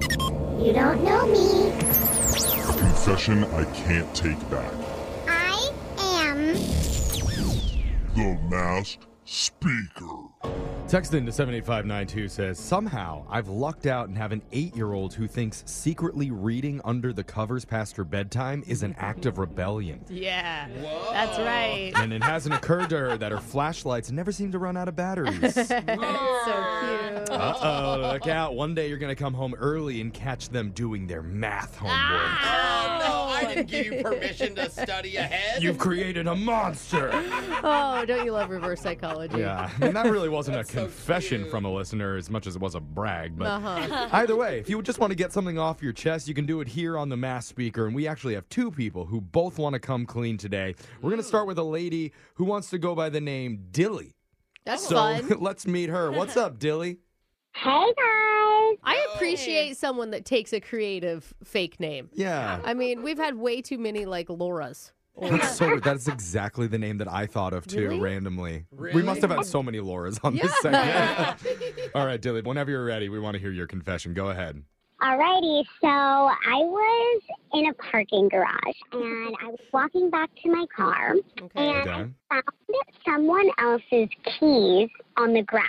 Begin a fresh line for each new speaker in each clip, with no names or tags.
You don't know me.
Confession I can't take back.
I am.
The Masked Speaker.
Text into 78592 says, Somehow I've lucked out and have an eight year old who thinks secretly reading under the covers past her bedtime is an act of rebellion.
Yeah. That's right.
And it hasn't occurred to her that her flashlights never seem to run out of batteries.
so cute.
Uh oh, look out. One day you're going to come home early and catch them doing their math homework.
Oh, no, I didn't give you permission to study ahead.
You've created a monster.
Oh, don't you love reverse psychology?
Yeah, I mean, that really wasn't a
so
confession
cute.
from a listener as much as it was a brag. But
Uh-huh.
either way, if you would just want to get something off your chest, you can do it here on the Mass Speaker. And we actually have two people who both want to come clean today. We're going to start with a lady who wants to go by the name Dilly.
That's
So
fun.
let's meet her. What's up, Dilly?
Hey guys.
I appreciate someone that takes a creative fake name.
Yeah.
I mean, we've had way too many like Laura's.
That's so weird. That's exactly the name that I thought of too,
Really?
randomly. We
Really?
must have had so many Laura's on this segment. All right, Dilly, whenever you're ready, we want to hear your confession. Go ahead.
Alrighty, so I was in a parking garage and I was walking back to my car
Okay.
and
Okay.
I found someone else's keys on the ground.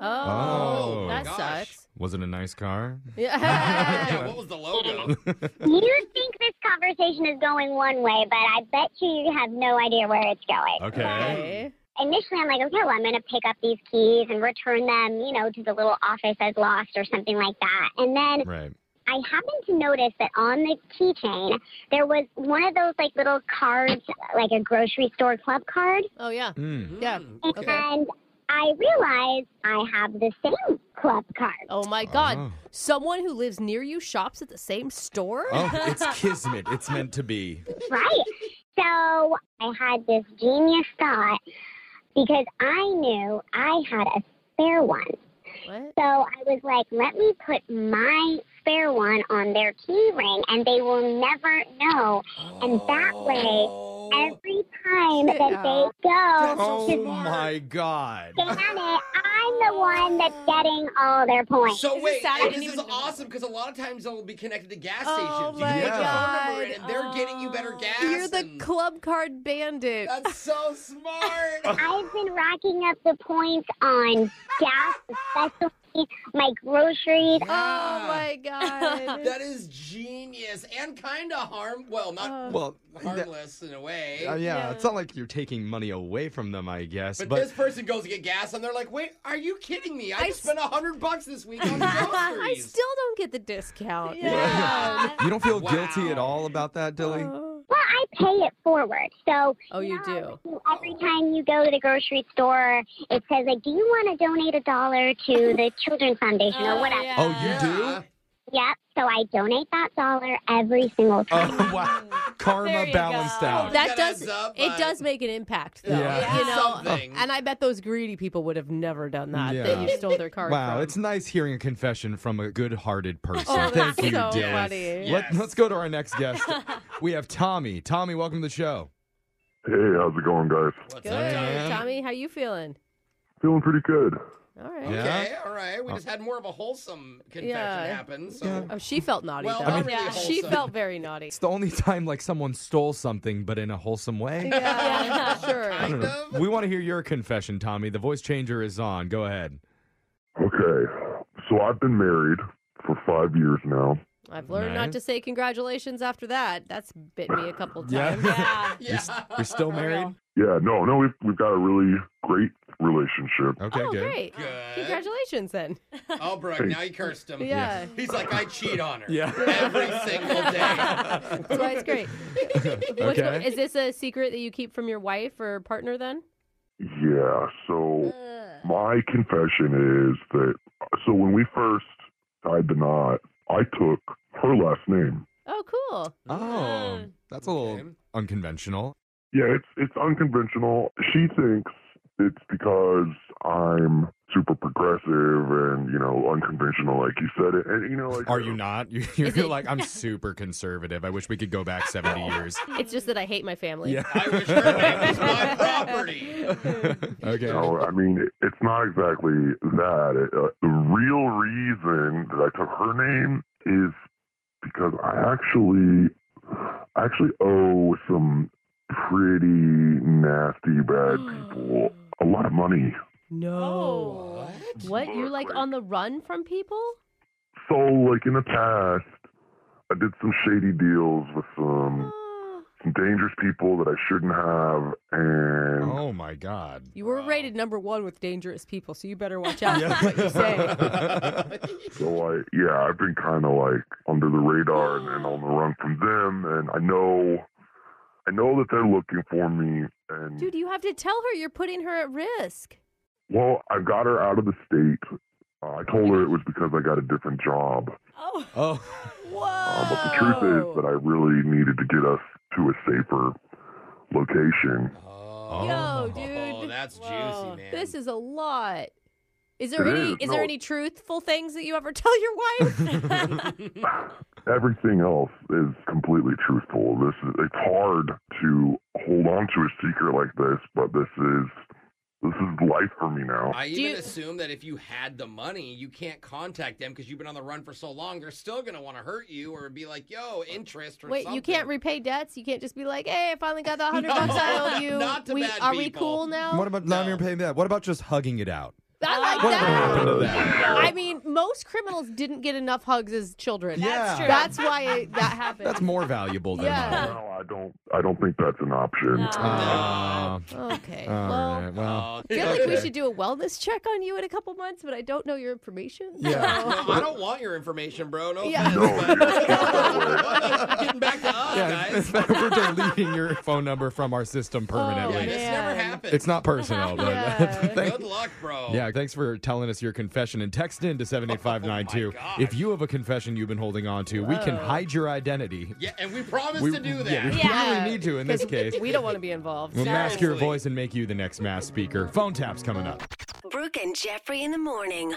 Oh,
Oh,
that
gosh.
sucks.
Was it a nice car?
Yeah.
Yeah, what was the logo?
you think this conversation is going one way, but I bet you you have no idea where it's going.
Okay.
Okay.
Initially, I'm like, okay, well, I'm going to pick up these keys and return them, you know, to the little office I've lost or something like that. And then
Right.
I happened to notice that on the keychain there was one of those like little cards, like a grocery store club card,
Oh yeah.
Mm.
Hmm.
Yeah. Okay.
and I realized I have the same club card.
Oh my God.
Oh.
Someone who lives near you shops at the same store?
Oh, it's kismet. It's meant to be.
Right. So I had this genius thought because I knew I had a spare one.
What?
So I was like, let me put my spare one on their key ring and they will never know. And that way,
Oh,
every time that
Yeah.
they go
Oh
to
my god.
Damn it, I'm the one that's getting all their points.
so
This is
wait,
sad, I
and
didn't
this is
even know.
awesome because a lot of times they'll be connected to gas
Oh
stations. You
my
can put your
God. Oh.
phone number in, and they're getting you better gas.
You're the
and-
club card bandit.
That's so
Oh
smart.
I've been racking up the points on gas, especially my groceries.
Oh my God.
That is genius and kind of harm. Well,
Oh.
not
Well, th-
harmless in a way.
uh, yeah, it's not like you're taking money away from them, I guess.
But,
But
this person goes to get gas, and they're like, "Wait, are you kidding me? I,
I
just spent a hundred bucks this week on
I
groceries."
still don't get the discount.
Yeah.
you don't feel
Wow.
guilty at all about that, Dilly?
Oh,
Well, I pay it forward. So
Oh, you
know, every time you go to the grocery store, it says like, "Do you want to donate a dollar to the Children's Foundation or whatever?"
yeah.
Oh, you
Yeah.
do?
Yep. So I donate that dollar every single time.
Oh, wow.
There
Karma
you
balanced
go.
out.
That
That
does
adds up,
it
but-
does make an impact though.
Yeah.
You know,
Something.
and I bet those greedy people would have never done that that
Yeah.
you stole their card
Wow,
from.
it's nice hearing a confession from a good-hearted person.
Oh, that's
Thank you,
so
Dilly.
funny.
Let,
Yes.
let's go to our next guest. we have Tommy. Tommy, welcome to the show.
Hey, how's it going, guys?
What's
Good.
up, Johnny?
Yeah.
Tommy, how you feeling?
Feeling pretty good.
All right.
Yeah. Oh.
Okay, all right. We just had more of a wholesome confession
Yeah.
happen. So
Yeah.
Oh, she felt naughty
Well,
though.
not
I mean-
really
Yeah.
wholesome.
she felt very naughty.
It's the only time like someone stole something, but in a wholesome way.
Yeah, sure.
I don't
kind
know.
of.
We want to hear your confession, Tommy. The voice changer is on. Go ahead.
Okay, so I've been married for five years now.
I've learned not
Nice.
to say congratulations after that. That's bit me a couple
Yeah.
times.
Yeah.
You're,
Yeah.
s- you're still married?
Yeah, no, no, we've, we've got a really great relationship.
Okay,
oh,
good.
great.
Good.
Congratulations then.
Oh, Brooke, now you cursed him.
Yeah.
He's like, I cheat on her.
Yeah.
Every single day.
That's why it's great. What's go-
Okay.
is this a secret that you keep from your wife or partner then?
Yeah, so my confession is that so when we first tied the knot, I took her last name.
Oh, cool. uh,
Oh, that's a little
Okay.
unconventional.
Yeah, it's it's unconventional. She thinks it's because I'm super progressive and you know unconventional, like you said it. And you know, like
Are you not? You- You're,
Is
you're
it-
like, I'm super conservative. I wish we could go back 70 years.
It's just that I hate my family.
I wish her name was my property.
okay.
No, I mean it- it's not exactly that. It, uh, the real reason that I took her name is actually I actually owe some pretty nasty bad people a lot of money.
No. Oh.
Oh.
What? You're like on the run from people?
So like in the past, I did some shady deals with some
Oh.
some dangerous people that I shouldn't have, and
Oh my God.
You were rated number one with dangerous people, so you better watch out for what you say.
so I yeah I've been kind of like under the radar and, and on the run from them, and I know I know that they're looking for me, and
Dude, you have to tell her you're putting her at risk.
well I got her out of the state. Uh, I told her it was because I got a different job,
Oh,
Oh,
whoa.
uh, but the truth
Oh.
is that I really needed to get us to a safer location.
Oh,
Yo, dude.
that's
Whoa.
juicy, man.
This is a lot. Is there
It
any
is,
is there
no.
any truthful things that you ever tell your wife?
everything else is completely truthful. This is it's hard to hold on to a secret like this, but this is this is life for me now.
I
Do
even
you-
assume that if you had the money, you can't contact them because you've been on the run for so long. They're still gonna want to hurt you or be like, "Yo, interest." Or
Wait, you
something.
can't repay debts. You can't just be like, "Hey, I finally got the hundred
No,
bucks I owe you."
not to
we,
bad
are we
people.
cool now?
what about not even paying that? What about just hugging it out?
I like
Whatever
that.
happened to that?
I mean, most criminals didn't get enough hugs as children.
Yeah. true.
That's why it, that happened.
That's more valuable than
Yeah.
No, I don't. I don't think that's an option.
hugging.
okay.
Uh, all
well,
right, well.
Oh,
I feel like we
okay.
should do a wellness check on you in a couple months, but I don't know your information.
Yeah.
so-
No, I don't want your information, bro. No
Yeah.
offense,
No,
but-
yeah.
Getting back to us,
Yeah, in
guys. Oh,
fact, we're deleting your phone number from our system
Yeah,
permanently.
this
man.
never happened.
It's not personal, but
Yeah.
thank-
Good luck, bro.
Yeah, thanks for telling us your confession and text in to 78592.
Oh my Oh, gosh.
if you have a confession you've been holding on to, we can hide your identity.
Yeah, and we promised
We-
to do that.
yeah, we
Yeah.
really need to in this case.
We don't want to be involved.
We'll mask your
Seriously.
voice and make you the next mass speaker. Phone tap's coming up.
Brooke and Jeffrey in the morning.